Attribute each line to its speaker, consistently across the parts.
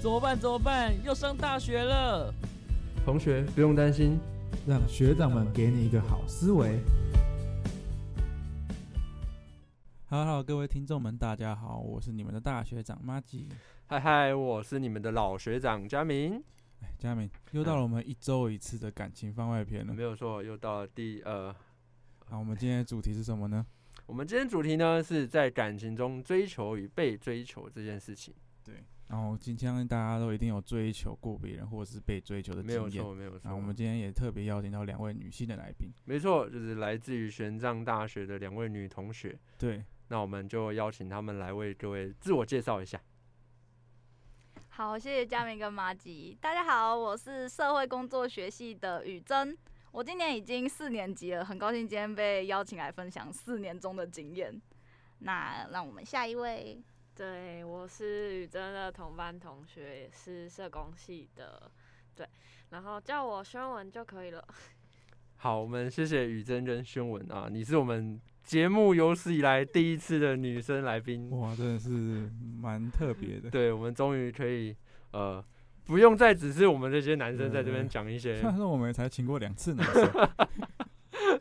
Speaker 1: 怎么办？怎么办？要上大学了。
Speaker 2: 同学不用担心，
Speaker 3: 让学长们给你一个好思维。
Speaker 4: Hello，各位听众们，大家好，我是你们的大学长马吉。
Speaker 2: 嗨嗨，我是你们的老学长佳明。
Speaker 4: 哎，佳明，又到了我们一周一次的感情番外篇了。
Speaker 2: 没有错，又到了第呃，
Speaker 4: 好，我们今天的主题是什么呢？
Speaker 2: 我们今天主题呢是在感情中追求与被追求这件事情。
Speaker 4: 对，然后今天大家都一定有追求过别人或者是被追求的
Speaker 2: 没有
Speaker 4: 经验。
Speaker 2: 错，没有
Speaker 4: 然
Speaker 2: 错。
Speaker 4: 后我们今天也特别邀请到两位女性的来宾。
Speaker 2: 没错，就是来自于玄奘大学的两位女同学。
Speaker 4: 对，
Speaker 2: 那我们就邀请她们来为各位自我介绍一下。
Speaker 5: 好，谢谢佳明跟马吉。大家好，我是社会工作学系的雨珍，我今年已经四年级了，很高兴今天被邀请来分享四年中的经验。那让我们下一位，
Speaker 6: 对，我是雨珍的同班同学，也是社工系的，对，然后叫我宣文就可以了。
Speaker 2: 好，我们谢谢雨珍跟宣文啊，你是我们节目有史以来第一次的女生来宾。
Speaker 4: 哇，真的是蛮特别的。
Speaker 2: 对，我们终于可以呃，不用再只是我们这些男生在这边
Speaker 4: 嗯
Speaker 2: 讲一些
Speaker 4: 虽然说我们才请过 两次男生，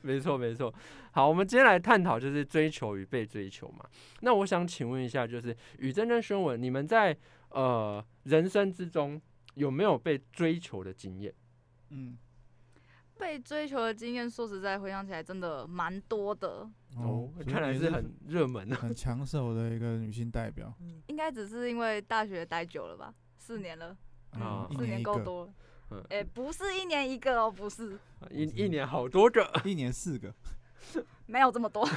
Speaker 2: 没错，没错。好，我们今天来探讨就是追求与被追求嘛。那我想请问一下，就是宇珍跟宣文，你们在呃人生之中有没有被追求的经验？
Speaker 4: 嗯，
Speaker 5: 被追求的经验，说实在回想起来真的蛮多的，
Speaker 4: 哦所以
Speaker 2: 哦看来
Speaker 4: 你
Speaker 2: 是很热门啊。
Speaker 4: 很抢手的一个女性代表，
Speaker 5: 应该只是因为大学待久了吧，四年了，
Speaker 2: 啊
Speaker 4: 嗯，一
Speaker 5: 四
Speaker 4: 年
Speaker 5: 年
Speaker 4: 一
Speaker 5: 够
Speaker 4: 个，
Speaker 5: 多了。
Speaker 2: 嗯，
Speaker 5: 哎、不是一年一个哦，不是，
Speaker 2: 啊一一年好多个。
Speaker 4: 一年四个。
Speaker 5: 没有这么 多。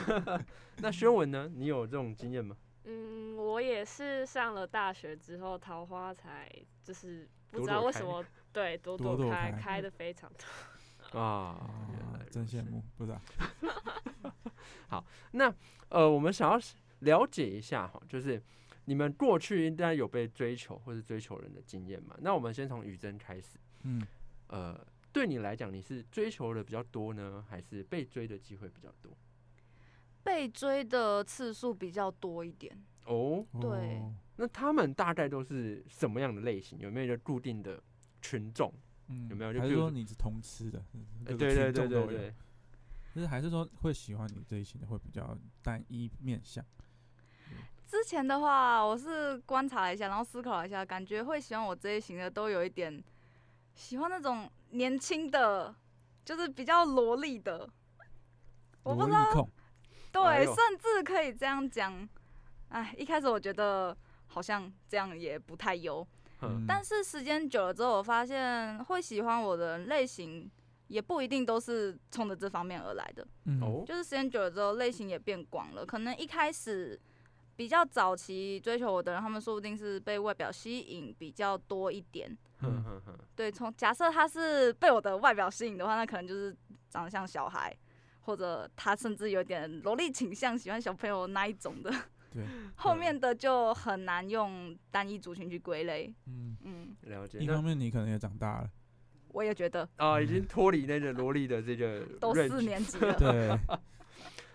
Speaker 2: 那宣文呢？你有这种经验吗？
Speaker 6: 嗯，我也是上了大学之后，桃花才就是不
Speaker 2: 朵
Speaker 6: 知道
Speaker 2: 朵
Speaker 6: 为
Speaker 2: 开
Speaker 6: 什么对朵
Speaker 4: 朵朵
Speaker 6: 开
Speaker 4: 开
Speaker 6: 开的非常多。
Speaker 2: 啊，原
Speaker 4: 啊
Speaker 2: 来，
Speaker 4: 真
Speaker 2: 如此
Speaker 4: 羡慕，不是啊？
Speaker 2: 那呃，我们想要了解一下哈，就是你们过去应该有被追求或是追求人的经验嘛？那我们先从宇珍开始。
Speaker 4: 嗯，
Speaker 2: 呃，对你来讲，你是追求的比较多呢，还是被追的机会比较多？
Speaker 5: 被追的次数比较多一点，
Speaker 2: 哦，
Speaker 5: 对
Speaker 4: 哦，
Speaker 2: 那他们大概都是什么样的类型？有没有一个固定的群众？
Speaker 4: 嗯
Speaker 2: 有没有就
Speaker 4: 还
Speaker 2: 比
Speaker 4: 是
Speaker 2: 如
Speaker 4: 说
Speaker 2: 说
Speaker 4: 你是通吃的？嗯
Speaker 2: 呃
Speaker 4: 各个
Speaker 2: 对对
Speaker 4: 品种
Speaker 2: 对对
Speaker 4: 都有
Speaker 2: 对，
Speaker 4: 就是还是说会喜欢你这一型的会比较单一面向，
Speaker 5: 之前的话，我是观察了一下，然后思考了一下，感觉会喜欢我这一型的都有一点喜欢那种年轻的，就是比较萝莉的。我
Speaker 4: 萝
Speaker 5: 不知
Speaker 4: 莉
Speaker 5: 道，
Speaker 4: 控，
Speaker 5: 对，
Speaker 2: 哎呦
Speaker 5: 甚至可以这样讲。哎，一开始我觉得好像这样也不太优，
Speaker 2: 嗯，
Speaker 5: 但是时间久了之后，我发现会喜欢我的类型也不一定都是冲着这方面而来的。
Speaker 4: 嗯
Speaker 2: 哦，
Speaker 5: 就是时间久了之后，类型也变广了。可能一开始比较早期追求我的人，他们说不定是被外表吸引比较多一点。
Speaker 4: 嗯
Speaker 2: 哼哼哼，
Speaker 5: 对，从假设他是被我的外表吸引的话，那可能就是长得像小孩，或者他甚至有点萝莉倾向，喜欢小朋友那一种的。
Speaker 4: 对，
Speaker 5: 后面的就很难用单一族群去归类。
Speaker 4: 嗯，
Speaker 5: 嗯，
Speaker 2: 了解。
Speaker 4: 一
Speaker 2: 那
Speaker 4: 方面你可能也长大 了，
Speaker 5: 我也觉得
Speaker 2: 啊、已经脱离那个萝莉的这个
Speaker 5: 都
Speaker 2: range
Speaker 5: 四年级了，
Speaker 4: 对，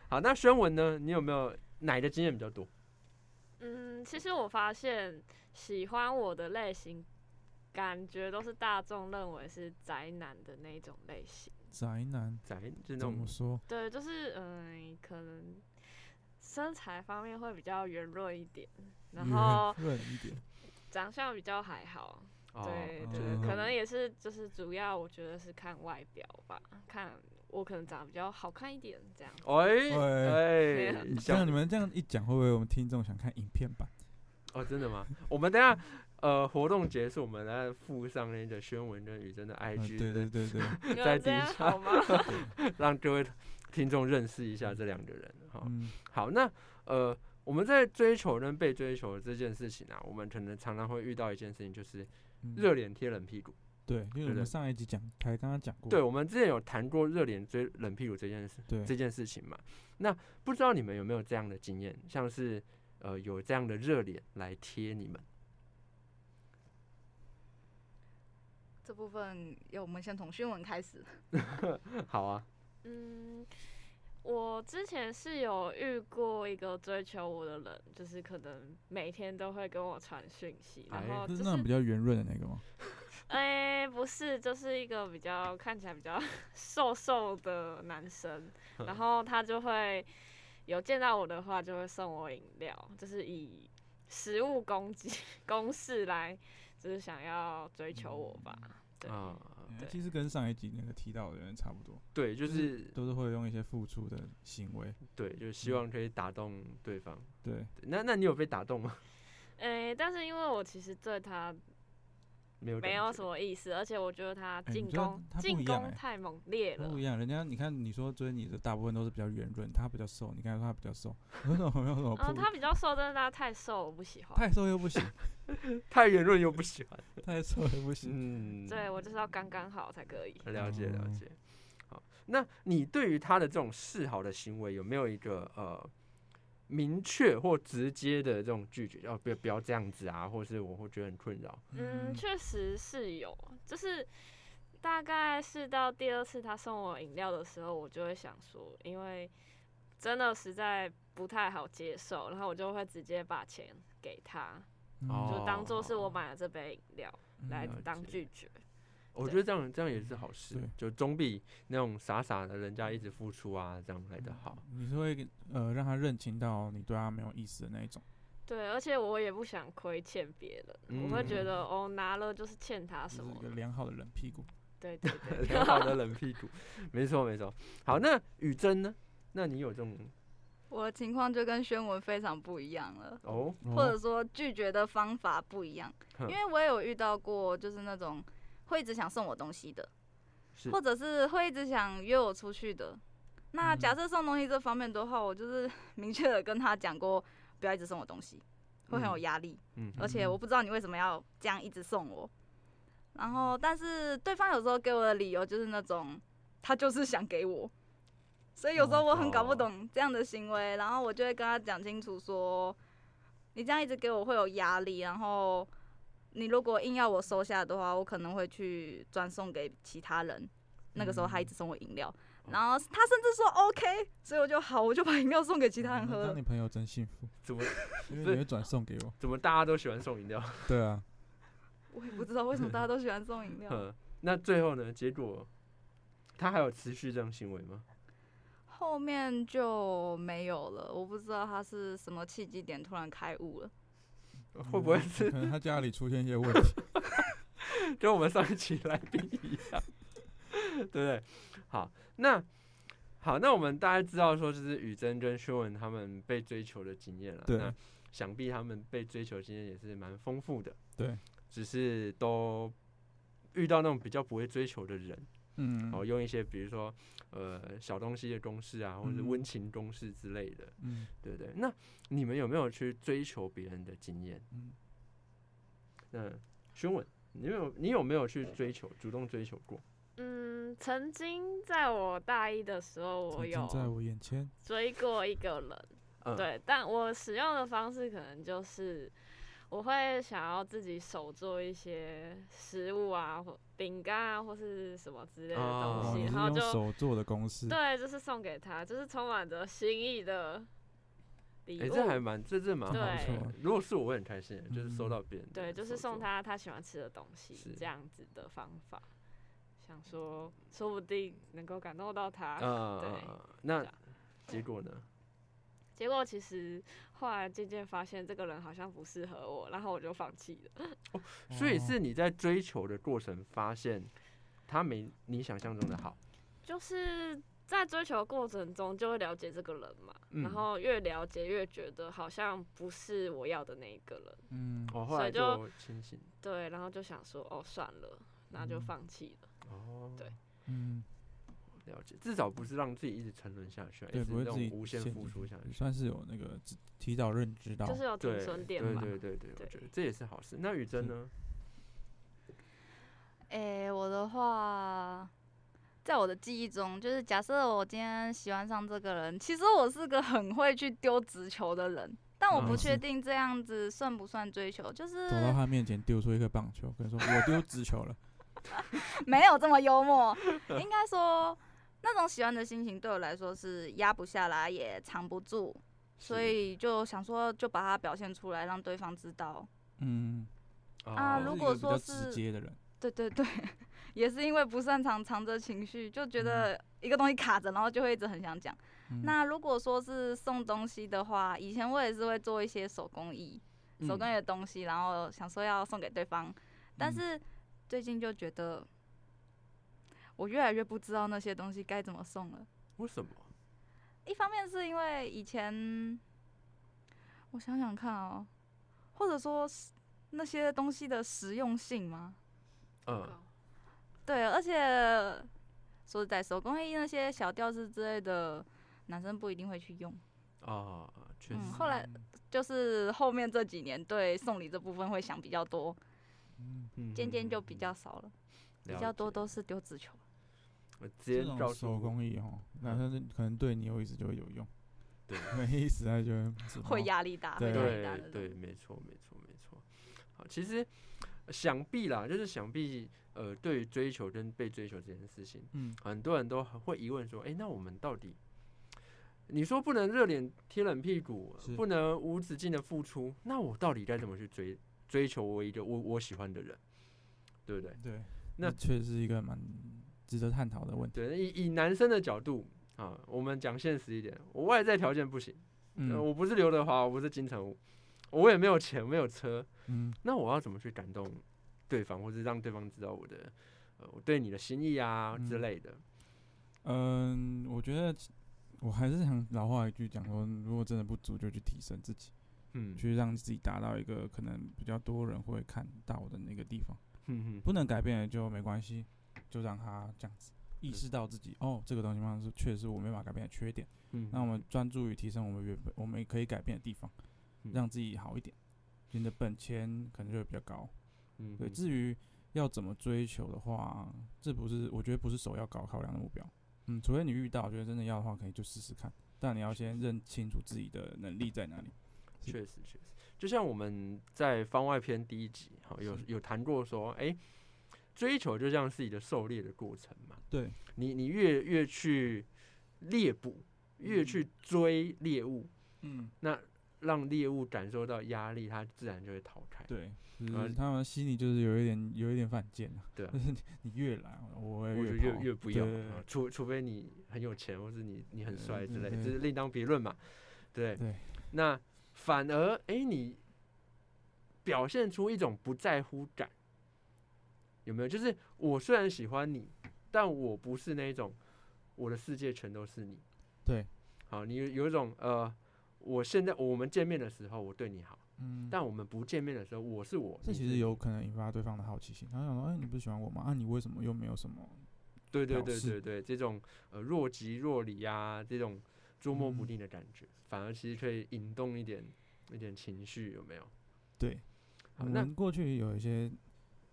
Speaker 2: 好，那宣文呢？你有没有哪一个经验比较多？
Speaker 6: 嗯，其实我发现喜欢我的类型，感觉都是大众认为是宅男的那一种类型。
Speaker 4: 宅男
Speaker 2: 宅就是那
Speaker 4: 怎
Speaker 2: 种
Speaker 4: 么说？
Speaker 6: 对，就是嗯，可能身材方面会比较圆润一点，然
Speaker 4: 嗯
Speaker 6: 后
Speaker 4: 圆润一点，
Speaker 6: 长相比较还好。
Speaker 2: 啊，
Speaker 6: 对
Speaker 2: 就
Speaker 6: 对，
Speaker 2: 是
Speaker 6: 可
Speaker 2: 那
Speaker 6: 能
Speaker 4: 哎
Speaker 2: 种
Speaker 6: 也是就是主要我觉得是看外表吧，看我可能长得比较好看一点 这样。
Speaker 2: 哎
Speaker 6: 啊
Speaker 2: 哎，
Speaker 4: 这样
Speaker 2: 像
Speaker 4: 你们这样一讲，会不会我们听众想看影片版？
Speaker 2: 哦，真的吗？我们等一下呃活动结束，我们来附上那个宣文跟雨珍的
Speaker 4: 嗯
Speaker 2: IG，、
Speaker 4: 对对 对对，
Speaker 6: 你
Speaker 2: 在
Speaker 6: 们
Speaker 2: 地
Speaker 6: 这样
Speaker 2: 下
Speaker 6: 好吗？
Speaker 2: 让各位听众认识一下这两个人。好，
Speaker 4: 嗯，
Speaker 2: 好，那呃我们在追求跟被追求这件事情啊，我们可能常常会遇到一件事情，就是
Speaker 4: 嗯
Speaker 2: 热脸贴冷屁股。
Speaker 4: 对，因为
Speaker 2: 对
Speaker 4: 我
Speaker 2: 对
Speaker 4: 们上一集讲，才刚刚讲过，
Speaker 2: 对，我们之前有谈过热脸追冷屁股这件事
Speaker 4: 嗯对
Speaker 2: 这件事情嘛。那不知道你们有没有这样的经验，像是呃有这样的热脸来贴你们？
Speaker 5: 这部分要我们先从新闻开始。
Speaker 2: 好啊，
Speaker 6: 嗯，我之前是有遇过一个追求我的人，就是可能每天都会跟我传讯息，
Speaker 2: 哎
Speaker 6: 然后
Speaker 4: 就
Speaker 6: 就是是
Speaker 4: 那种比较圆润的那个吗？
Speaker 6: 哎、不是，就是一个比较看起来比较 瘦瘦的男生，
Speaker 4: 嗯
Speaker 6: 然后他就会有见到我的话，就会送我饮料，就是以食物攻击攻势来，就是想要追求我吧。对，
Speaker 2: 啊、
Speaker 4: 嗯
Speaker 6: 对
Speaker 4: 其实跟上一集那个提到的人差不多，
Speaker 2: 对，就
Speaker 4: 就是
Speaker 2: 是
Speaker 4: 都是嗯会用一些付出的行为。
Speaker 2: 对，就是希望可以打动对方。
Speaker 4: 对，
Speaker 2: 对那那你有被打动吗？
Speaker 4: 嗯
Speaker 6: 哎、但是因为我其实对他
Speaker 2: 没有，
Speaker 6: 没有什。么意思，而且我觉得他
Speaker 4: 哎你
Speaker 6: 进
Speaker 4: 知道
Speaker 6: 攻
Speaker 4: 他不
Speaker 6: 进
Speaker 4: 一样
Speaker 6: 攻
Speaker 4: 哎
Speaker 6: 太猛烈了
Speaker 4: 不一。样。人家你看，你说追你的大部分都是比较圆润，他比较瘦，你刚才说他比较瘦， 有种有种
Speaker 6: 嗯，
Speaker 4: 不
Speaker 6: 他比较瘦，但是他太瘦，我不喜欢。
Speaker 4: 太瘦又不行，
Speaker 2: 太圆润又不喜欢。
Speaker 4: 太瘦又不行。
Speaker 2: 嗯，
Speaker 6: 对我就是要刚刚好才可以。
Speaker 2: 了解了
Speaker 4: 哦
Speaker 2: 解。好，那你对于他的这种示好的行为有没有一个呃明确或直接的这种拒绝？哦，不要不要这样子啊，或是我会觉得很困扰。
Speaker 6: 嗯，确实是有，就是大概是到第二次他送我饮料的时候，我就会想说，因为真的实在不太好接受，然后我就会直接把钱给他，
Speaker 4: 嗯
Speaker 2: 哦
Speaker 6: 就当做是我买了这杯饮料
Speaker 4: 嗯
Speaker 6: 来
Speaker 2: 了
Speaker 6: 当
Speaker 2: 解
Speaker 6: 拒绝。
Speaker 2: 我
Speaker 6: 对
Speaker 2: 觉得这样这样也是好事
Speaker 4: 对，
Speaker 2: 就总比那种傻傻的人家一直付出啊这样来
Speaker 4: 嗯
Speaker 2: 的好。
Speaker 4: 你是会呃让他认清到你对他没有意思的那一种。
Speaker 6: 对，而且我也不想亏欠别人，我会觉
Speaker 2: 嗯
Speaker 6: 得哦拿了就是欠
Speaker 4: 就
Speaker 6: 他啊什
Speaker 4: 是
Speaker 6: 么
Speaker 4: 一个
Speaker 6: 的。
Speaker 4: 良好的冷屁股。
Speaker 6: 对对 对，
Speaker 2: 良好的冷屁股，没错没错。好，那雨珍呢？那你有这种
Speaker 5: 我的情况就跟宣文非常不一样了。
Speaker 2: 哦？
Speaker 5: 或者说拒绝的方法不一样，
Speaker 2: 哼
Speaker 5: 因为我也有遇到过，就是那种会一直想送我东西的，
Speaker 2: 是
Speaker 5: 或者是会一直想约我出去的。
Speaker 2: 嗯
Speaker 5: 那假设送东西这方面的话，我就是明确的跟他讲过，不要一直送我东西，会很有压力，
Speaker 2: 嗯
Speaker 5: 而且我不知道你为什么要这样一直送我。然后，但是对方有时候给我的理由就是那种，他就是想给我，所以有时候我很搞不懂这样的行为，然后我就会跟他讲清楚说，你这样一直给我会有压力，然后你如果硬要我收下的话，我可能会去转送给其他人。那个时候他一直送我饮料，然后他甚至说 OK，所以我就好，我就把饮料送给其他人喝
Speaker 4: 嗯当。你朋友真幸福，
Speaker 2: 怎么不
Speaker 4: 因为
Speaker 2: 是
Speaker 4: 你会转送给我。
Speaker 2: 怎么大家都喜欢送饮料？
Speaker 4: 对啊，
Speaker 5: 我也不知道为什么大家都喜欢 送饮料。
Speaker 2: 嗯，那最后呢？结果他还有持续这样行为吗？
Speaker 5: 后面就没有了，我不知道他是什么契机点突然开悟了。
Speaker 2: 会不会是
Speaker 4: 可能 他家里出现一些 问题？
Speaker 2: 跟我们上一期来宾一样？ 对不对？好，那好，那我们大家知道说，就是雨珍跟薛文他们被追求的经验了。
Speaker 4: 对
Speaker 2: 那想必他们被追求经验也是蛮丰富的。
Speaker 4: 对，
Speaker 2: 只是都遇到那种比较不会追求的人，
Speaker 4: 嗯
Speaker 2: 然后用一些比如说呃小东西的公式啊，或者是
Speaker 4: 嗯
Speaker 2: 温情公式之类的。
Speaker 4: 嗯
Speaker 2: 对不对？那你们有没有去追求别人的经验？
Speaker 4: 嗯，
Speaker 2: 那询问你有没有你有没有去追求，主动追求过？
Speaker 6: 嗯，曾经在我大一的时候，我
Speaker 4: 曾经在
Speaker 6: 有
Speaker 4: 我眼前，
Speaker 6: 追过一个人。
Speaker 2: 嗯，，
Speaker 6: 对，但我使用的方式可能就是我会想要自己手做一些食物啊，或饼干啊，或是什么之类的
Speaker 2: 哦
Speaker 6: 东
Speaker 4: 哦，
Speaker 6: 西，
Speaker 4: 你是
Speaker 6: 然后
Speaker 4: 用
Speaker 6: 就
Speaker 4: 手做的公式，
Speaker 6: 对，就是送给他，就是充满着心意的礼
Speaker 2: 哎、
Speaker 6: 物。
Speaker 2: 这还蛮这这蛮好的
Speaker 6: 对。
Speaker 2: 如果是我，我会很开心的，欸就是收
Speaker 4: 嗯
Speaker 2: 到别人的
Speaker 6: 对，就是
Speaker 2: 手
Speaker 6: 送
Speaker 2: 作。
Speaker 6: 他他喜欢吃的东西
Speaker 2: 是，
Speaker 6: 这样子的方法，想说说不定能够感动到他。
Speaker 2: 嗯
Speaker 6: 对
Speaker 2: 嗯，嗯那
Speaker 6: 这样
Speaker 2: 结果呢？
Speaker 6: 结果其实后来渐渐发现这个人好像不适合我，然后我就放弃了。
Speaker 2: 所以
Speaker 4: 哦
Speaker 2: 是你在追求的过程发现他没你想象中的好。
Speaker 6: 就是在追求过程中就会了解这个人嘛，
Speaker 2: 嗯
Speaker 6: 然后越了解越觉得好像不是我要的那一个人，
Speaker 4: 嗯，
Speaker 2: 哦，后
Speaker 6: 所
Speaker 2: 来
Speaker 6: 以就
Speaker 2: 就清醒。
Speaker 6: 对，然后就想说哦算了，那
Speaker 2: 嗯
Speaker 6: 就放弃了。
Speaker 2: 哦，
Speaker 6: 对
Speaker 4: 嗯，
Speaker 2: 了解，至少不是让自己一直沉沦下去啊，
Speaker 4: 对，
Speaker 2: 一直
Speaker 4: 不会
Speaker 2: 那
Speaker 4: 自
Speaker 2: 种
Speaker 4: 己
Speaker 2: 无限
Speaker 4: 陷
Speaker 2: 付
Speaker 4: 进
Speaker 2: 出
Speaker 4: 去
Speaker 2: 下
Speaker 4: 你
Speaker 2: 去。
Speaker 4: 算是有那个提提早认知到
Speaker 6: 就，是有停
Speaker 2: 对
Speaker 6: 损点
Speaker 2: 对
Speaker 6: 嘛，
Speaker 2: 对对对，我
Speaker 6: 对
Speaker 2: 觉得这也是好事。那雨珍
Speaker 4: 是
Speaker 2: 呢？
Speaker 5: 诶、我的话，在我的记忆中，就是假设我今天喜欢上这个人，其实我是个很会去丢直球的人，但我不
Speaker 4: 嗯
Speaker 5: 确
Speaker 4: 是
Speaker 5: 定这样子算不算追求，就是
Speaker 4: 走到他面前丢出一个棒球， 跟他说我丢直球了，
Speaker 5: 没有这么幽默，应该说那种喜欢的心情对我来说是压不下来，也藏不住，所
Speaker 2: 是
Speaker 5: 以就想说就把它表现出来，让对方知道。
Speaker 4: 嗯，
Speaker 5: 啊
Speaker 2: 哦
Speaker 5: 如
Speaker 4: 是一
Speaker 5: 果
Speaker 4: 个比
Speaker 5: 说
Speaker 4: 较
Speaker 5: 是
Speaker 4: 直接的人，
Speaker 5: 对对对，也是因为不擅长藏着情绪，就觉得一个东西卡着，然后就会一直很想讲。
Speaker 4: 嗯
Speaker 5: 那如果说是送东西的话，以前我也是会做一些手工艺、手工
Speaker 2: 嗯
Speaker 5: 艺的东西，然后想说要送给对方，但
Speaker 4: 嗯
Speaker 5: 是最近就觉得我越来越不知道那些东西该怎么送了。
Speaker 2: 为什么？
Speaker 5: 一方面是因为以前，我想想看哦，或者说是那些东西的实用性吗？
Speaker 2: 嗯，
Speaker 5: 对，而且说实在，手工艺那些小吊饰之类的，男生不一定会去用。
Speaker 2: 啊，确实
Speaker 5: 嗯，后来就是后面这几年对送礼这部分会想比较多，
Speaker 4: 嗯，
Speaker 2: 嗯
Speaker 5: 渐渐就
Speaker 2: 嗯
Speaker 5: 比
Speaker 2: 嗯
Speaker 5: 较少了，比
Speaker 2: 了
Speaker 5: 较多
Speaker 2: 解
Speaker 5: 都是丢纸球。
Speaker 2: 我嗯直接
Speaker 4: 这
Speaker 2: 照
Speaker 4: 种手
Speaker 2: 出
Speaker 4: 工艺哦，男生可能对你有意思就会有用，
Speaker 2: 对
Speaker 4: 没意思他就会不知道
Speaker 5: 会压力大，会
Speaker 4: 哦对
Speaker 5: 压力大
Speaker 2: 对
Speaker 5: 那
Speaker 2: 对，
Speaker 5: 种。
Speaker 2: 没错没错没错。好，其实呃想必啦，就是想必呃，对于追求跟被追求这件事情，
Speaker 4: 嗯
Speaker 2: 很多人都很会疑问说，诶，那我们到底？你说不能热脸贴冷屁股
Speaker 4: 是，
Speaker 2: 不能无止境的付出，那我到底该怎么去追追求我一个我我喜欢的人，对不对？
Speaker 4: 对，
Speaker 2: 那
Speaker 4: 那确实是一个蛮值得探讨的问题。
Speaker 2: 对，以以男生的角度啊，我们讲现实一点，我外在条件不行，呃
Speaker 4: 嗯
Speaker 2: 我不是刘德华，我不是金城武，我也没有钱，没有车，
Speaker 4: 嗯
Speaker 2: 那我要怎么去感动对方，或是让对方知道我的呃我对你的心意啊之
Speaker 4: 嗯
Speaker 2: 类的？
Speaker 4: 嗯，我觉得我还是想老话一句讲说，如果真的不足，就去提升自己，
Speaker 2: 嗯，
Speaker 4: 去让自己达到一个可能比较多人会看到的那个地方。
Speaker 2: 嗯
Speaker 4: 不能改变的就没关系，就让他这样子。意识到自己哦，这个东西嘛是确实是我没办法改变的缺点。
Speaker 2: 嗯
Speaker 4: 那我们专注于提升我们原本我们可以改变的地方，
Speaker 2: 嗯
Speaker 4: 让自己好一点，你的本钱可能就会比较高。
Speaker 2: 嗯
Speaker 4: 对，
Speaker 2: 嗯
Speaker 4: 至于要怎么追求的话，这不是我觉得不是首要考考量的目标。嗯，除非你遇到，我觉得真的要的话，可以就试试看。但你要先认清楚自己的能力在哪里。是
Speaker 2: 确实确实，就像我们在番外篇第一集好有
Speaker 4: 是
Speaker 2: 有谈过说，诶，追求就像是一个狩猎的过程嘛，
Speaker 4: 对，
Speaker 2: 你你越越去猎捕，越去追猎物，
Speaker 4: 嗯，
Speaker 2: 那让猎物感受到压力，它自然就会逃开。
Speaker 4: 对，就
Speaker 2: 呃
Speaker 4: 是他们心里就是有一点有一点犯贱啊。
Speaker 2: 对啊
Speaker 4: 就是你你越来，我会
Speaker 2: 我就
Speaker 4: 越
Speaker 2: 越
Speaker 4: 跑
Speaker 2: 越不要，
Speaker 4: 对对
Speaker 2: 啊除除非你很有钱，或是你你很
Speaker 4: 对
Speaker 2: 帅之
Speaker 4: 对
Speaker 2: 类，
Speaker 4: 对
Speaker 2: 这是另当别论嘛。对，
Speaker 4: 嗯对
Speaker 2: 那反而诶，你表现出一种不在乎感，有没有？就是我虽然喜欢你，但我不是那一种我的世界全都是你。
Speaker 4: 对，
Speaker 2: 好，你有有一种呃，我现在我们见面的时候我对你好，
Speaker 4: 嗯，
Speaker 2: 但我们不见面的时候我是我。
Speaker 4: 这
Speaker 2: 你
Speaker 4: 其
Speaker 2: 是
Speaker 4: 实
Speaker 2: 你
Speaker 4: 有可能引发对方的好奇心，他想说，哎，你不是喜欢我吗？啊，你为什么又没有什么？
Speaker 2: 对对
Speaker 4: 表
Speaker 2: 对
Speaker 4: 示
Speaker 2: 对对，这种呃若即若离啊，这种捉摸不
Speaker 4: 嗯
Speaker 2: 定的感觉，反而其实可以引动一点一点情绪，有没有？
Speaker 4: 对，
Speaker 2: 好
Speaker 4: 我
Speaker 2: 那
Speaker 4: 们过去有一些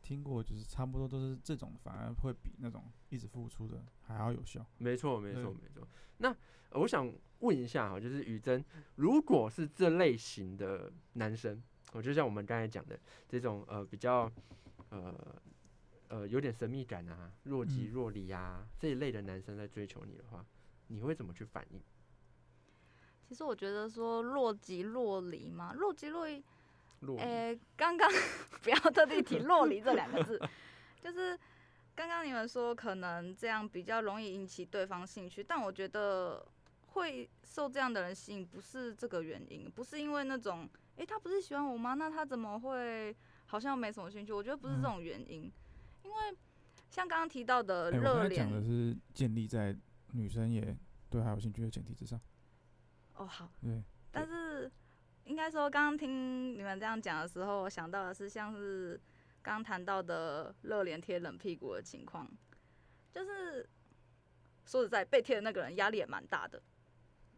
Speaker 4: 听过，就是差不多都是这种，反而会比那种一直付出的还要有效。
Speaker 2: 没错没错
Speaker 4: 对
Speaker 2: 没错。那、呃我想问一下哈，就是雨珍，如果是这类型的男生，我就像我们刚才讲的这种呃比较呃呃有点神秘感啊，若即
Speaker 4: 嗯
Speaker 2: 若离啊、这一类的男生在追求你的话，你会怎么去反应？
Speaker 5: 其实我觉得说若即若离嘛，若即若离
Speaker 2: 若离
Speaker 5: 诶、呃刚刚 不要特地提“落离”这两 个字，就是刚刚你们说可能这样比较容易引起对方兴趣，但我觉得会受这样的人吸引，不是这个原因，不是因为那种诶、他不是喜欢我吗？那他怎么会好像没什么兴趣？我觉得不是这
Speaker 4: 嗯
Speaker 5: 种原因，因为像刚刚提到的
Speaker 6: 呃
Speaker 4: 哎，我刚
Speaker 5: 热
Speaker 4: 才讲的
Speaker 5: 脸，
Speaker 4: 是建立在女生也对他有兴趣的前提之上。
Speaker 5: 哦好，
Speaker 4: 对，
Speaker 5: 但是应该说，刚刚听你们这样讲的时候，我想到的是像是刚谈到的热脸贴冷屁股的情况，就是说实在，被贴的那个人压力也蛮大的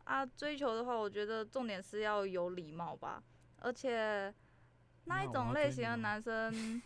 Speaker 5: 啊。追求的话，我觉得重点是要有礼貌吧，而且那一
Speaker 4: 那我
Speaker 5: 种
Speaker 4: 要
Speaker 5: 类
Speaker 4: 追
Speaker 5: 型
Speaker 4: 你
Speaker 5: 的
Speaker 4: 吗
Speaker 5: 男生。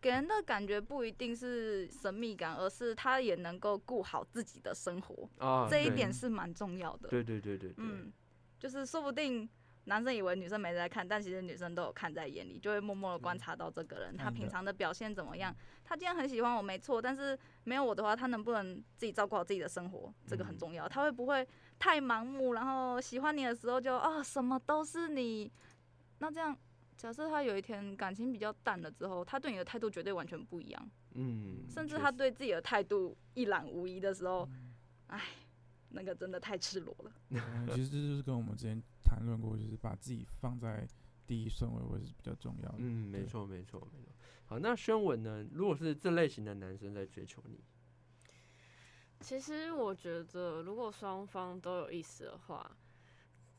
Speaker 5: 给人的感觉不一定是神秘感，而是他也能够顾好自己的生活，
Speaker 2: 啊，
Speaker 5: 这一
Speaker 2: 对
Speaker 5: 点是蛮重要的。
Speaker 2: 对对对对对，
Speaker 5: 嗯嗯，就是说不定男生以为女生没在看，但其实女生都有看在眼里，就会默默的观察到这个人，他
Speaker 4: 看
Speaker 5: 平
Speaker 4: 的
Speaker 5: 常嗯的表现怎么样。他今天很喜欢我没错，但是没有我的话，他能不能自己照顾好自己的生活，这个很
Speaker 2: 嗯
Speaker 5: 重要。他会不会太盲目，然后喜欢你的时候就啊、什么都是你？那这样，假设他有一天感情比较淡了之后，他对你的态度绝对完全不一样，
Speaker 2: 嗯，
Speaker 5: 甚至
Speaker 2: 确
Speaker 5: 他
Speaker 2: 实
Speaker 5: 对自己的态度一览无遗的时
Speaker 6: 哦
Speaker 5: 候，哎，那个真的太赤裸了。
Speaker 4: 嗯其实这就是跟我们之前谈论过，就是把自己放在第一顺位，会是比较重要的。
Speaker 2: 嗯，没
Speaker 4: 对
Speaker 2: 错，没错，没错。好，那宣文呢？如果是这类型的男生在追求你，
Speaker 6: 其实我觉得，如果双方都有意思的话，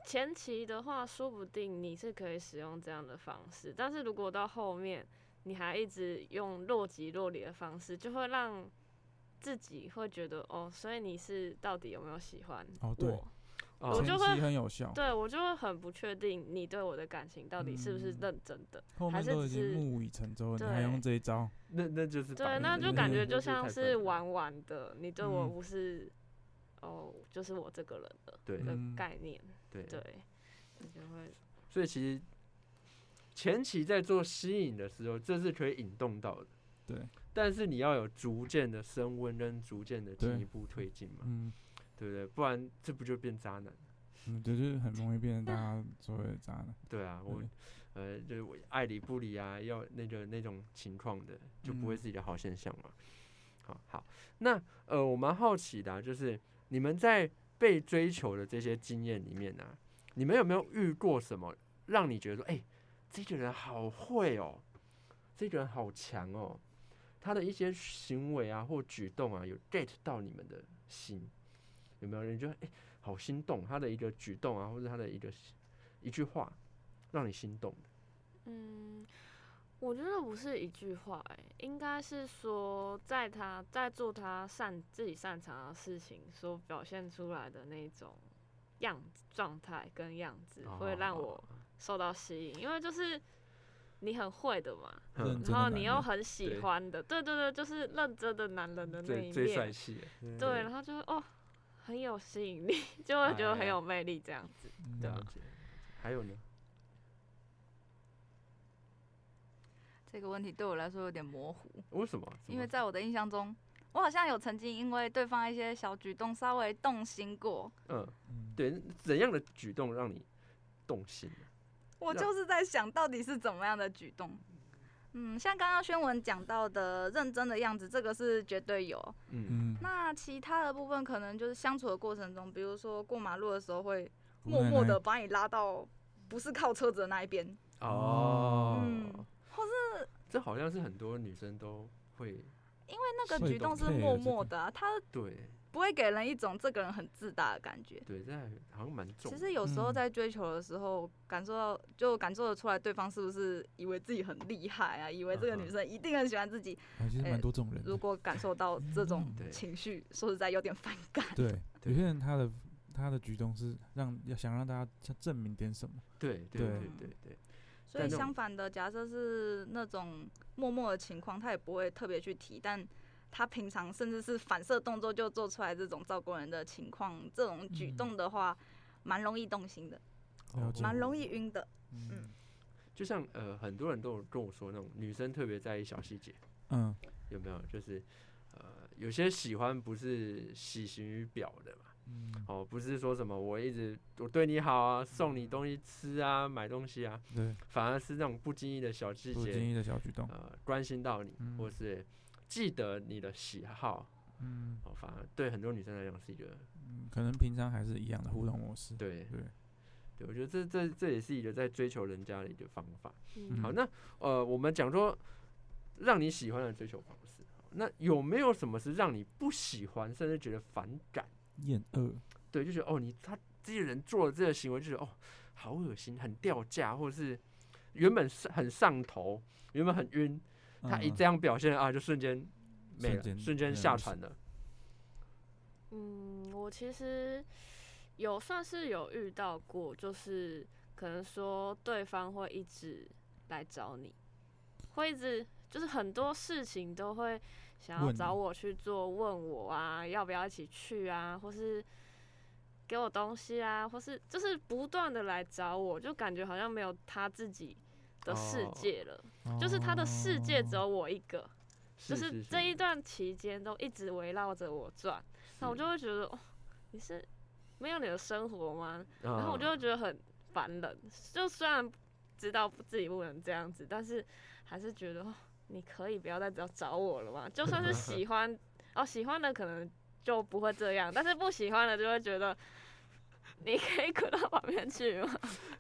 Speaker 6: 前期的话，说不定你是可以使用这样的方式，但是如果到后面你还一直用若即若离的方式，就会让自己会觉得哦，所以你是到底有没有喜欢我？
Speaker 4: 哦对
Speaker 2: 哦
Speaker 6: 我
Speaker 4: 前
Speaker 6: 就
Speaker 4: 期
Speaker 6: 会
Speaker 4: 很有效，
Speaker 6: 对我就会很不确定你对我的感情到底是不是
Speaker 4: 嗯
Speaker 6: 认真的。
Speaker 4: 后
Speaker 6: 还
Speaker 4: 面
Speaker 6: 是
Speaker 4: 都已
Speaker 6: 只
Speaker 4: 经
Speaker 6: 是
Speaker 4: 木已成舟了，你还
Speaker 6: 对
Speaker 4: 用这一招？
Speaker 2: 那那就是嗯白
Speaker 6: 对，
Speaker 2: 目
Speaker 6: 那就感觉就像
Speaker 2: 太
Speaker 6: 是
Speaker 2: 笨了
Speaker 6: 玩玩的，你对我
Speaker 4: 嗯
Speaker 6: 不是、哦，就是我这个人的
Speaker 2: 对
Speaker 6: 的
Speaker 4: 嗯
Speaker 6: 概念，
Speaker 2: 对
Speaker 6: 对，你就会
Speaker 2: 所以其实前期在做吸引的时候，这是可以引动到的，
Speaker 4: 对，
Speaker 2: 但是你要有逐渐的升温跟逐渐的进
Speaker 4: 对
Speaker 2: 一步推进嘛，
Speaker 4: 嗯
Speaker 2: 对不对？不然这不就变渣男？
Speaker 4: 嗯，对就是很容易变成大家所谓的渣男。
Speaker 2: 对啊，我
Speaker 4: 对
Speaker 2: 呃，就是我爱理不理啊，要那个那种情况的，就不会
Speaker 4: 嗯
Speaker 2: 是一个好现象嘛。好好，那呃，我蛮好奇的啊、就是你们在被追求的这些经验里面呢、啊，你们有没有遇过什么让你觉得说，哎、这个人好会哦，这个人好强哦，他的一些行为啊或举动啊，有 get 到你们的心，有没有人觉得哎、好心动，他的一个举动啊，或者他的一个一句话，让你心动的？
Speaker 6: 嗯，我觉得不是一句话、欸，应该是说，在他在做他擅自己擅长的事情所表现出来的那种样子、状态跟样子，
Speaker 2: 哦
Speaker 6: 会让我受到吸引，因为就是你很会的嘛，
Speaker 2: 嗯
Speaker 4: 认真
Speaker 6: 然后
Speaker 4: 的
Speaker 6: 你
Speaker 4: 男
Speaker 6: 又
Speaker 4: 人
Speaker 6: 很喜
Speaker 2: 对
Speaker 6: 欢的，对对对，就是认真的男人的那
Speaker 2: 最
Speaker 6: 一
Speaker 2: 最帅
Speaker 6: 面，
Speaker 2: 气的，
Speaker 6: 对，然后就会哦，很有吸引力，就会觉得
Speaker 2: 哎
Speaker 6: 很有魅力这样子。
Speaker 4: 嗯
Speaker 2: 对啊。还有呢？
Speaker 5: 这个问题对我来说有点模糊，
Speaker 2: 为什么？怎
Speaker 5: 因为
Speaker 2: 么
Speaker 5: 在我的印象中，我好像有曾经因为对方一些小举动稍微动心过。
Speaker 2: 嗯，
Speaker 4: 嗯
Speaker 2: 对，怎样的举动让你动心呢？
Speaker 5: 我
Speaker 2: 那
Speaker 5: 就是在想到底是怎么样的举动。嗯，像刚刚宣文讲到的认真的样子，这个是绝对有。
Speaker 2: 嗯，
Speaker 4: 嗯，
Speaker 5: 那其他的部分可能就是相处的过程中，比如说过马路的时候会
Speaker 4: 姑
Speaker 5: 默
Speaker 4: 奶
Speaker 5: 默
Speaker 4: 奶
Speaker 5: 的把你拉到不是靠车子的那一边，
Speaker 2: 哦，
Speaker 5: 嗯
Speaker 2: 这好像是很多女生都会
Speaker 5: 那个
Speaker 4: 会
Speaker 5: 举动
Speaker 4: 懂
Speaker 5: 是
Speaker 4: 配合这
Speaker 5: 默默
Speaker 4: 个
Speaker 5: 的啊、他
Speaker 2: 对
Speaker 5: 不会给人一种这个人很自大的感觉。
Speaker 2: 对，这还好像蛮重
Speaker 5: 其
Speaker 2: 的。
Speaker 5: 实有时
Speaker 4: 嗯
Speaker 5: 候在追求的时候，感受到就感受得出来对方是不是以为自己很厉害啊，以为这个
Speaker 2: 嗯哼
Speaker 5: 女生一定很喜欢自己。
Speaker 4: 哎其实
Speaker 5: 呃
Speaker 4: 蛮多这种人的。
Speaker 5: 如果感受到这种
Speaker 6: 嗯
Speaker 2: 对
Speaker 5: 情绪，说实在有点反感。
Speaker 4: 对，
Speaker 2: 对
Speaker 4: 有些人他的他的举动是让要想让大家想证明点什么。
Speaker 2: 对对对
Speaker 4: 对
Speaker 2: 对对，
Speaker 5: 所
Speaker 2: 但
Speaker 5: 以
Speaker 2: 那种
Speaker 5: 相反的，假设是那种默默的情况，他也不会特别去提，但他平常甚至是反射动作就做出来这种照顾人的情况，这种举
Speaker 4: 嗯
Speaker 5: 动的话，蛮容易动心的，
Speaker 4: 了
Speaker 2: 哦
Speaker 4: 解
Speaker 5: 蛮容易晕的。
Speaker 4: 嗯
Speaker 2: 就像呃，很多人都有跟我说，那种女生特别在意小细节，
Speaker 4: 嗯，
Speaker 2: 有没有？就是呃，有些喜欢不是喜形于表的嘛。
Speaker 4: 嗯
Speaker 2: 哦，不是说什么我一直我对你好啊，送你东西吃啊，买东西啊，
Speaker 4: 对，
Speaker 2: 反而是那种不经意的小细
Speaker 4: 不
Speaker 2: 节，
Speaker 4: 经意的小举动。
Speaker 2: 呃，关心到你，或
Speaker 4: 嗯
Speaker 2: 是记得你的喜好，
Speaker 4: 嗯
Speaker 2: 哦，反而对很多女生来讲是一个
Speaker 4: 嗯，可能平常还是一样的互动模式。
Speaker 2: 对
Speaker 4: 对，
Speaker 2: 对，我觉得这这这也是一个在追求人家的一个方法。
Speaker 6: 嗯
Speaker 2: 好，那呃，我们讲说让你喜欢的追求方式，好那有没有什么是让你不喜欢，甚至觉得反感？
Speaker 4: 厌恶。
Speaker 2: 对，就觉得哦，你他这些人做了这个行为，就觉得哦，好恶心，很掉价，或者是原本是很上头，原本很晕，他一
Speaker 4: 嗯
Speaker 2: 这样表现啊，就瞬间没
Speaker 4: 瞬
Speaker 2: 了，
Speaker 4: 间
Speaker 2: 瞬间
Speaker 4: 没了
Speaker 2: 下
Speaker 4: 意思
Speaker 2: 船了。
Speaker 6: 嗯，我其实有算是有遇到过，就是可能说对方会一直来找你，会一直就是很多事情都会想要
Speaker 4: 问
Speaker 6: 找
Speaker 4: 你
Speaker 6: 我去做，问我啊要不要一起去啊，或是给我东西啊，或是就是不断的来找我，就感觉好像没有他自己的世
Speaker 2: 哦
Speaker 6: 界了，就是他的世界只有
Speaker 3: 哦
Speaker 6: 我一个。就是是这一段期间都一直围绕着我转，那
Speaker 2: 嗯啊
Speaker 6: 我就会觉得，哦，你是没有你的生活吗？然后我
Speaker 2: 嗯
Speaker 6: 就会觉得很烦人，就虽然知道自己不能这样子，但是还是觉得，哦、你可以不要再找找我了嘛。就算是喜欢，哦，喜欢的可能就不会这样，但是不喜欢的就会觉得，你可以滚到旁边去嘛。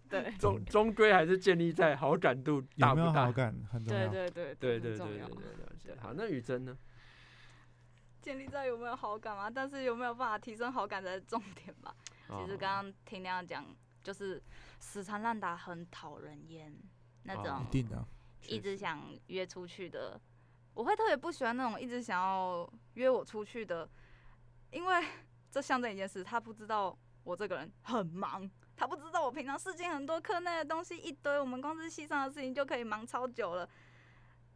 Speaker 6: 对，
Speaker 2: 终终归还是建立在好感度大
Speaker 3: 有
Speaker 2: 不
Speaker 3: 没有
Speaker 2: 大
Speaker 3: 好？感很重
Speaker 6: 对
Speaker 3: 要。
Speaker 6: 对对
Speaker 2: 对
Speaker 6: 很
Speaker 2: 对对
Speaker 6: 重
Speaker 2: 对
Speaker 6: 要
Speaker 2: 对，了解。好，那雨珍呢？
Speaker 5: 建立在有没有好感嘛，但是有没有办法提升好感才是重点吧。其实
Speaker 2: 哦
Speaker 5: 刚刚听那样讲，就是死缠烂打很讨人厌，那种
Speaker 2: 哦
Speaker 4: 一定的啊，
Speaker 5: 一
Speaker 2: 确
Speaker 5: 直
Speaker 2: 实
Speaker 5: 想约出去的，我会特别不喜欢那种一直想要约我出去的，因为这象征一件事，他不知道我这个人很忙，他不知道我平常事情很多，课内的东西一堆，我们公司系上的事情就可以忙超久了，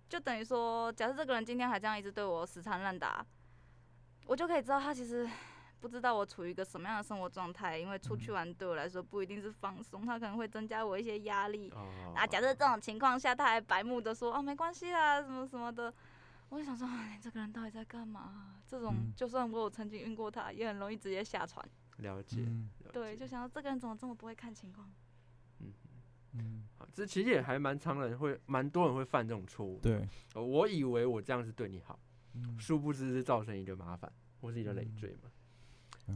Speaker 5: 就等于说，假设这个人今天还这样一直对我死缠烂打，我就可以知道他其实。不知道我处于一个什么样的生活状态，因为出
Speaker 2: 嗯
Speaker 5: 去玩对我来说不一定是放松，他可能会增加我一些压力。
Speaker 2: 哦
Speaker 5: 啊，假设这种情况下，他还白目的说啊，没关系啦，什么什么的，我就想说，哎，这个人到底在干嘛？啊这种、
Speaker 3: 嗯
Speaker 5: 就算我有曾经晕过他，也很容易直接下船。
Speaker 2: 了解，
Speaker 3: 嗯
Speaker 2: 了
Speaker 5: 对，
Speaker 2: 解
Speaker 5: 就想到这个人怎么这么不会看情况？，
Speaker 3: 嗯，
Speaker 2: 好这其实也还蛮常人会，蛮多人会犯这种错误。
Speaker 4: 对，
Speaker 2: 呃我以为我这样是对你好，
Speaker 3: 嗯
Speaker 2: 殊不知是造成你的麻烦或是你的累赘嘛。
Speaker 4: 嗯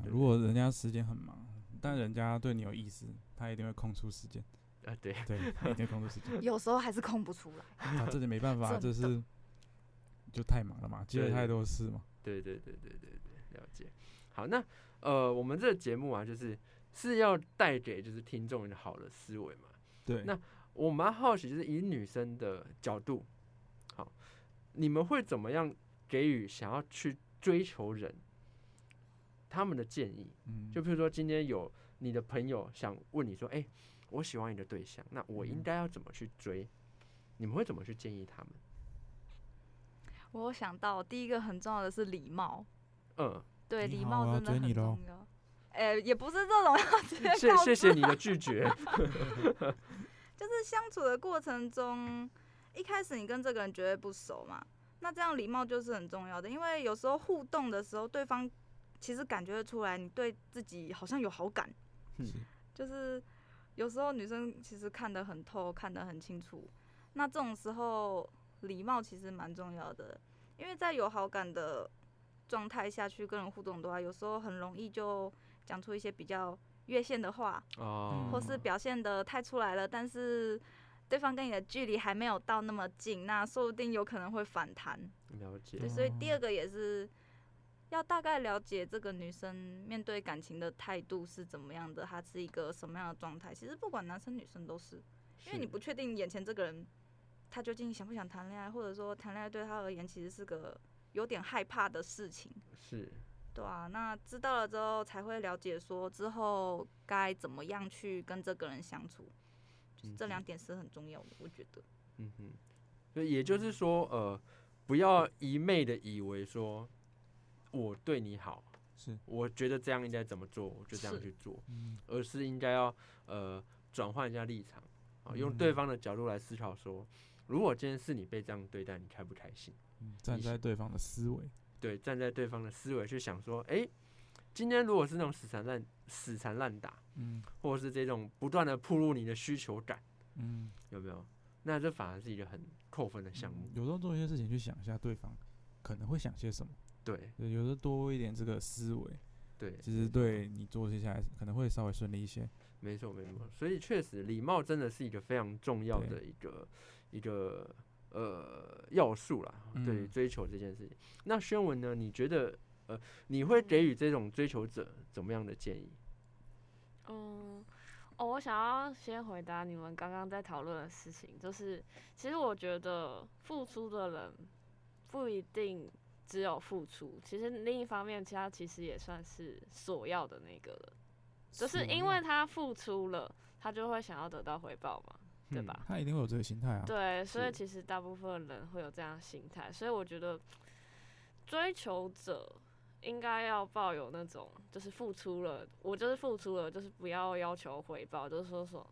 Speaker 2: 对
Speaker 4: 如果人家时间很忙，但人家对你有意思，他一定会空出时间，
Speaker 2: 啊，对，
Speaker 4: 对，他一定会空出时间
Speaker 5: 有时候还是控不出来。
Speaker 4: 他这里没办法，
Speaker 5: 真
Speaker 4: 这
Speaker 5: 的
Speaker 4: 是就太忙了嘛，接了
Speaker 2: 对
Speaker 4: 太多事嘛，
Speaker 2: 对对对对对对，了解。好，那呃，我们这个节目啊，就是是要带给就是听众一个好的思维嘛。
Speaker 4: 对，
Speaker 2: 那我蛮好奇，就是以女生的角度，好，你们会怎么样给予想要去追求人他们的建议？
Speaker 4: 嗯
Speaker 2: 就比如说今天有你的朋友想问你说，哎、我喜欢你的对象，那我应
Speaker 4: 嗯
Speaker 2: 该要怎么去追？你们会怎么去建议他们？
Speaker 5: 我有想到第一个很重要的是礼貌，
Speaker 2: 嗯，
Speaker 5: 对，
Speaker 4: 你
Speaker 5: 礼
Speaker 4: 好
Speaker 5: 貌
Speaker 4: 我要
Speaker 5: 真的
Speaker 4: 追
Speaker 5: 很
Speaker 4: 你咯
Speaker 5: 重要。哎、也不是这种要直接
Speaker 2: 谢
Speaker 5: 告
Speaker 2: 谢
Speaker 5: 知
Speaker 2: 谢你的拒绝。
Speaker 5: 就是相处的过程中，一开始你跟这个人绝对不熟嘛，那这样礼貌就是很重要的，因为有时候互动的时候，对方其实感觉得出来你对自己好像有好感，
Speaker 2: 嗯
Speaker 5: 就是有时候女生其实看得很透，看得很清楚，那这种时候礼貌其实蛮重要的，因为在有好感的状态下去跟人互动的话，有时候很容易就讲出一些比较越线的话，
Speaker 2: 哦，
Speaker 5: 或是表现的太出来了，但是对方跟你的距离还没有到那么近，那说不定有可能会反弹。
Speaker 2: 了解
Speaker 5: 对，，所以第二个也是要大概了解这个女生面对感情的态度是怎么样的，她是一个什么样的状态。其实不管男生女生都是，因为你
Speaker 2: 是
Speaker 5: 不确定眼前这个人他究竟想不想谈恋爱，或者说谈恋爱对他而言其实是个有点害怕的事情。
Speaker 2: 是
Speaker 5: 对啊，那知道了之后才会了解说之后该怎么样去跟这个人相处，就是
Speaker 2: 嗯
Speaker 5: 这
Speaker 2: 哼
Speaker 5: 两点是很重要的，我觉得。
Speaker 2: 嗯哼，所以也就是
Speaker 5: 嗯
Speaker 2: 说，呃，不要一昧的以为说我对你好，
Speaker 4: 是
Speaker 2: 我觉得这样应该怎么做，我就这样
Speaker 5: 是
Speaker 2: 去做，
Speaker 4: 嗯
Speaker 2: 而是应该要呃转换一下立场啊，用对
Speaker 4: 嗯
Speaker 2: 方的角度来思考说，如果今天是你被这样对待，你开不开心？
Speaker 4: 嗯站在对方的思维，
Speaker 2: 对，站在对方的思维去想说，诶，今天如果是那种死缠烂死缠烂打，
Speaker 4: 嗯
Speaker 2: 或者是这种不断的暴露你的需求感，
Speaker 4: 嗯，
Speaker 2: 有没有？那这反而是一个很扣分的项目
Speaker 4: 嗯。有时候做一些事情去想一下对方可能会想些什么，
Speaker 2: 对
Speaker 4: 对，有时候多一点这个思维，
Speaker 2: 对，
Speaker 4: 其实对你做接下来可能会稍微顺利一些。
Speaker 2: 没错没错。所以确实，礼貌真的是一个非常重要的
Speaker 4: 对
Speaker 2: 一个一个呃要素啦，对于
Speaker 4: 嗯
Speaker 2: 追求这件事情。那宣文呢？你觉得呃，你会给予这种追求者怎么样的建议？
Speaker 6: 嗯，哦，我想要先回答你们刚刚在讨论的事情，就是其实我觉得付出的人不一定只有付出，其实另一方面，他其实也算是索要的那个人，就是因
Speaker 2: 嗯
Speaker 6: 为他付出了，他就会想要得到回报嘛，对
Speaker 2: 嗯
Speaker 6: 吧？
Speaker 4: 他一定会有这个心态啊，
Speaker 6: 对，所以
Speaker 2: 是
Speaker 6: 其实大部分人会有这样的心态，所以我觉得追求者应该要抱有那种就是付出了，我就是付出了，就是不要要求回报，就是说说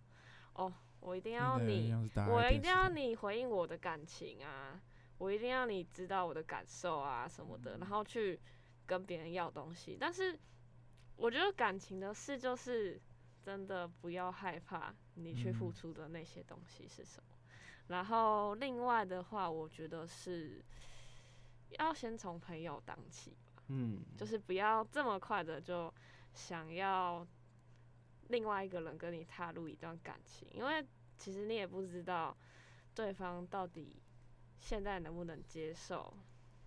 Speaker 6: 哦，我一定要
Speaker 3: 跟的
Speaker 6: 你
Speaker 3: 一样是大
Speaker 6: 我
Speaker 3: 爱
Speaker 6: 一
Speaker 3: 电
Speaker 6: 定
Speaker 3: 视
Speaker 6: 要
Speaker 3: 台
Speaker 6: 你回应我的感情啊，我一定要你知道我的感受啊什么
Speaker 3: 嗯
Speaker 6: 的，然后去跟别人要东西。但是我觉得感情的事就是真的不要害怕你去付
Speaker 3: 嗯
Speaker 6: 出的那些东西是什么。然后另外的话，我觉得是要先从朋友当起吧，
Speaker 2: 嗯，
Speaker 6: 就是不要这么快的就想要另外一个人跟你踏入一段感情，因为其实你也不知道对方到底现在能不能接受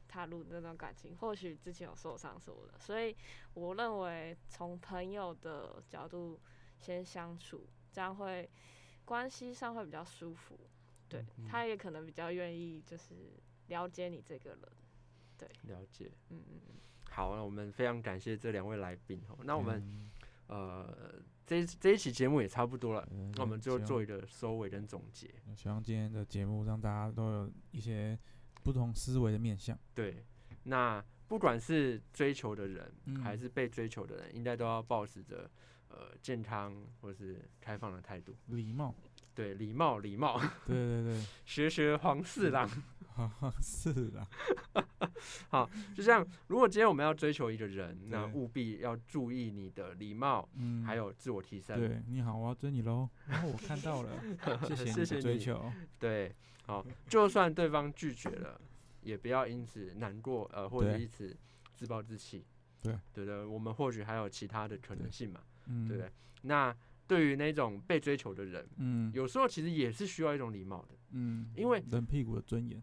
Speaker 6: 踏入那段感情，或许之前有受伤什么的，所以我认为从朋友的角度先相处，这样会关系上会比较舒服，对
Speaker 2: 嗯
Speaker 6: 他也可能比较愿意就是了解你这个人，
Speaker 2: 了解。
Speaker 6: 嗯嗯嗯，
Speaker 2: 好，那我们非常感谢这两位来宾哦。那我们、
Speaker 3: 嗯
Speaker 2: 呃这一这一期节目也差不多了，
Speaker 3: 嗯
Speaker 2: 那我们就
Speaker 3: 希
Speaker 2: 做
Speaker 3: 望
Speaker 2: 一个收尾跟总结。
Speaker 4: 希望今天的节目让大家都有一些不同思维的面向。
Speaker 2: 对，那不管是追求的人、
Speaker 4: 嗯
Speaker 2: 还是被追求的人，应该都要保持着呃健康或是开放的态度。
Speaker 4: 嗯礼貌，
Speaker 2: 对，礼貌礼貌，
Speaker 4: 对对对，
Speaker 2: 学学黄四郎。
Speaker 4: 嗯哈哈，是啦，
Speaker 2: 就像如果今天我们要追求一个人，那
Speaker 4: 对
Speaker 2: 务必要注意你的礼貌，
Speaker 4: 嗯，
Speaker 2: 还有自我提升。
Speaker 4: 对，你好，我要追 你喽。然后我看到了，谢谢
Speaker 2: 谢
Speaker 4: 你
Speaker 2: 谢
Speaker 4: 的追
Speaker 2: 你
Speaker 4: 求。
Speaker 2: 对，好，就算对方拒绝了，也不要因此难过，呃，或者
Speaker 4: 对
Speaker 2: 因此自暴自弃。
Speaker 4: 对，
Speaker 2: 对的，我们或许还有其他的可能
Speaker 4: 对
Speaker 2: 性嘛，
Speaker 4: 嗯，
Speaker 2: 对不对？那对于那种被追求的人，
Speaker 4: 嗯，
Speaker 2: 有时候其实也是需要一种礼貌的，
Speaker 4: 嗯，
Speaker 2: 因为
Speaker 4: 人屁股的尊严，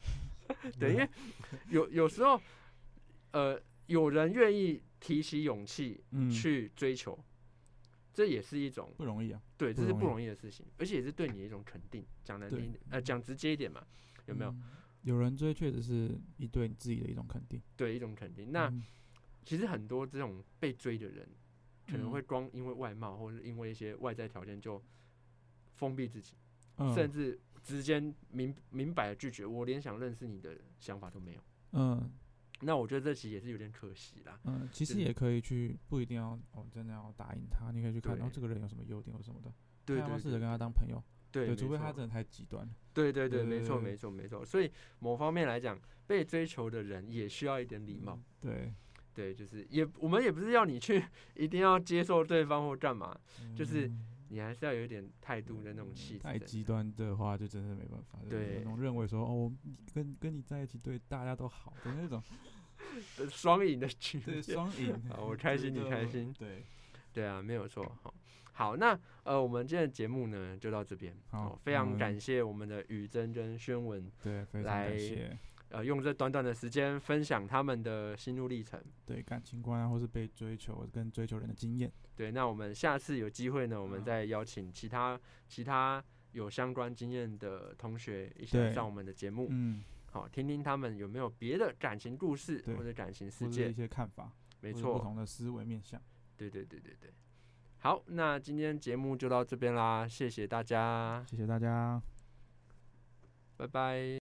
Speaker 2: 对，因为
Speaker 4: 嗯
Speaker 2: 有有时候，呃，有人愿意提起勇气
Speaker 4: 嗯，
Speaker 2: 去追求，这也是一种
Speaker 4: 不容易啊。
Speaker 2: 对，
Speaker 4: 不
Speaker 2: 这是
Speaker 4: 容
Speaker 2: 不
Speaker 4: 易
Speaker 2: 容易的事情，而且也是对你的一种肯定。讲难听
Speaker 4: 对
Speaker 2: 一点，呃，讲直接一点嘛，有没有？
Speaker 4: 嗯有人追，确实是一对你自己的一种肯定。
Speaker 2: 对，一种肯定。那
Speaker 4: 嗯
Speaker 2: 其实很多这种被追的人，可能
Speaker 4: 嗯
Speaker 2: 会光因为外貌或者因为一些外在条件就封闭自己，
Speaker 4: 嗯
Speaker 2: 甚至直接明明白的拒绝，我连想认识你的想法都没有。
Speaker 4: 嗯
Speaker 2: 那我觉得这其实也是有点可惜啦。
Speaker 4: 嗯，其
Speaker 2: 就
Speaker 4: 实
Speaker 2: 是
Speaker 4: 也可以去，不一定要哦，真的要答应他，你可以去看，
Speaker 2: 对
Speaker 4: 哦，这个人有什么优点或什么的，
Speaker 2: 对
Speaker 4: 看要
Speaker 2: 对
Speaker 4: 不要试着
Speaker 2: 对
Speaker 4: 跟他当朋友？
Speaker 2: 对，
Speaker 4: 对，
Speaker 2: 没
Speaker 4: 除非他
Speaker 2: 错
Speaker 4: 真的太极端了。
Speaker 2: 对对对，
Speaker 4: 对
Speaker 2: 没
Speaker 4: 对
Speaker 2: 错
Speaker 4: 对
Speaker 2: 没错没错。所以某方面来讲，被追求的人也需要一点礼
Speaker 4: 嗯
Speaker 2: 貌。
Speaker 4: 对，
Speaker 2: 对，就是也我们也不是要你去一定要接受对方或干嘛，就是
Speaker 4: 嗯
Speaker 2: 你还是要有一点态度的那种气质在
Speaker 4: 太
Speaker 2: 里面。
Speaker 4: 极端的话，就真的没办法。就是有
Speaker 2: 对
Speaker 4: 那种认为说哦，我你跟跟你在一起对大家都好的那 种，
Speaker 2: 呃双赢的局
Speaker 4: 对，
Speaker 2: 面。
Speaker 4: 双赢。
Speaker 2: 好我开心
Speaker 4: 对
Speaker 2: 你
Speaker 4: 对
Speaker 2: 开心
Speaker 4: 对，
Speaker 2: 对啊，没有错。好，好，那呃，我们今天的节目呢就到这边。
Speaker 4: 好
Speaker 2: 哦非常
Speaker 4: 嗯
Speaker 2: 感谢我们的雨珍跟宣文，
Speaker 4: 对，非常
Speaker 2: 来
Speaker 4: 感谢。
Speaker 2: 呃，用这短短的时间分享他们的心路历程。
Speaker 4: 对感情观啊，或是被追求跟追求人的经验。
Speaker 2: 对，那我们下次有机会呢，我们
Speaker 4: 嗯
Speaker 2: 再邀请其他其他有相关经验的同学一起来
Speaker 4: 对
Speaker 2: 上我们的节目，
Speaker 4: 嗯，
Speaker 2: 好，听听他们有没有别的感情故事
Speaker 4: 对
Speaker 2: 或者感情
Speaker 4: 或
Speaker 2: 世
Speaker 4: 者一
Speaker 2: 界。
Speaker 4: 些看法，
Speaker 2: 没
Speaker 4: 或者不
Speaker 2: 错，
Speaker 4: 同的思维面向。
Speaker 2: 对对对对对。好，那今天节目就到这边啦，谢谢大家。
Speaker 4: 谢谢大家。
Speaker 2: 拜拜。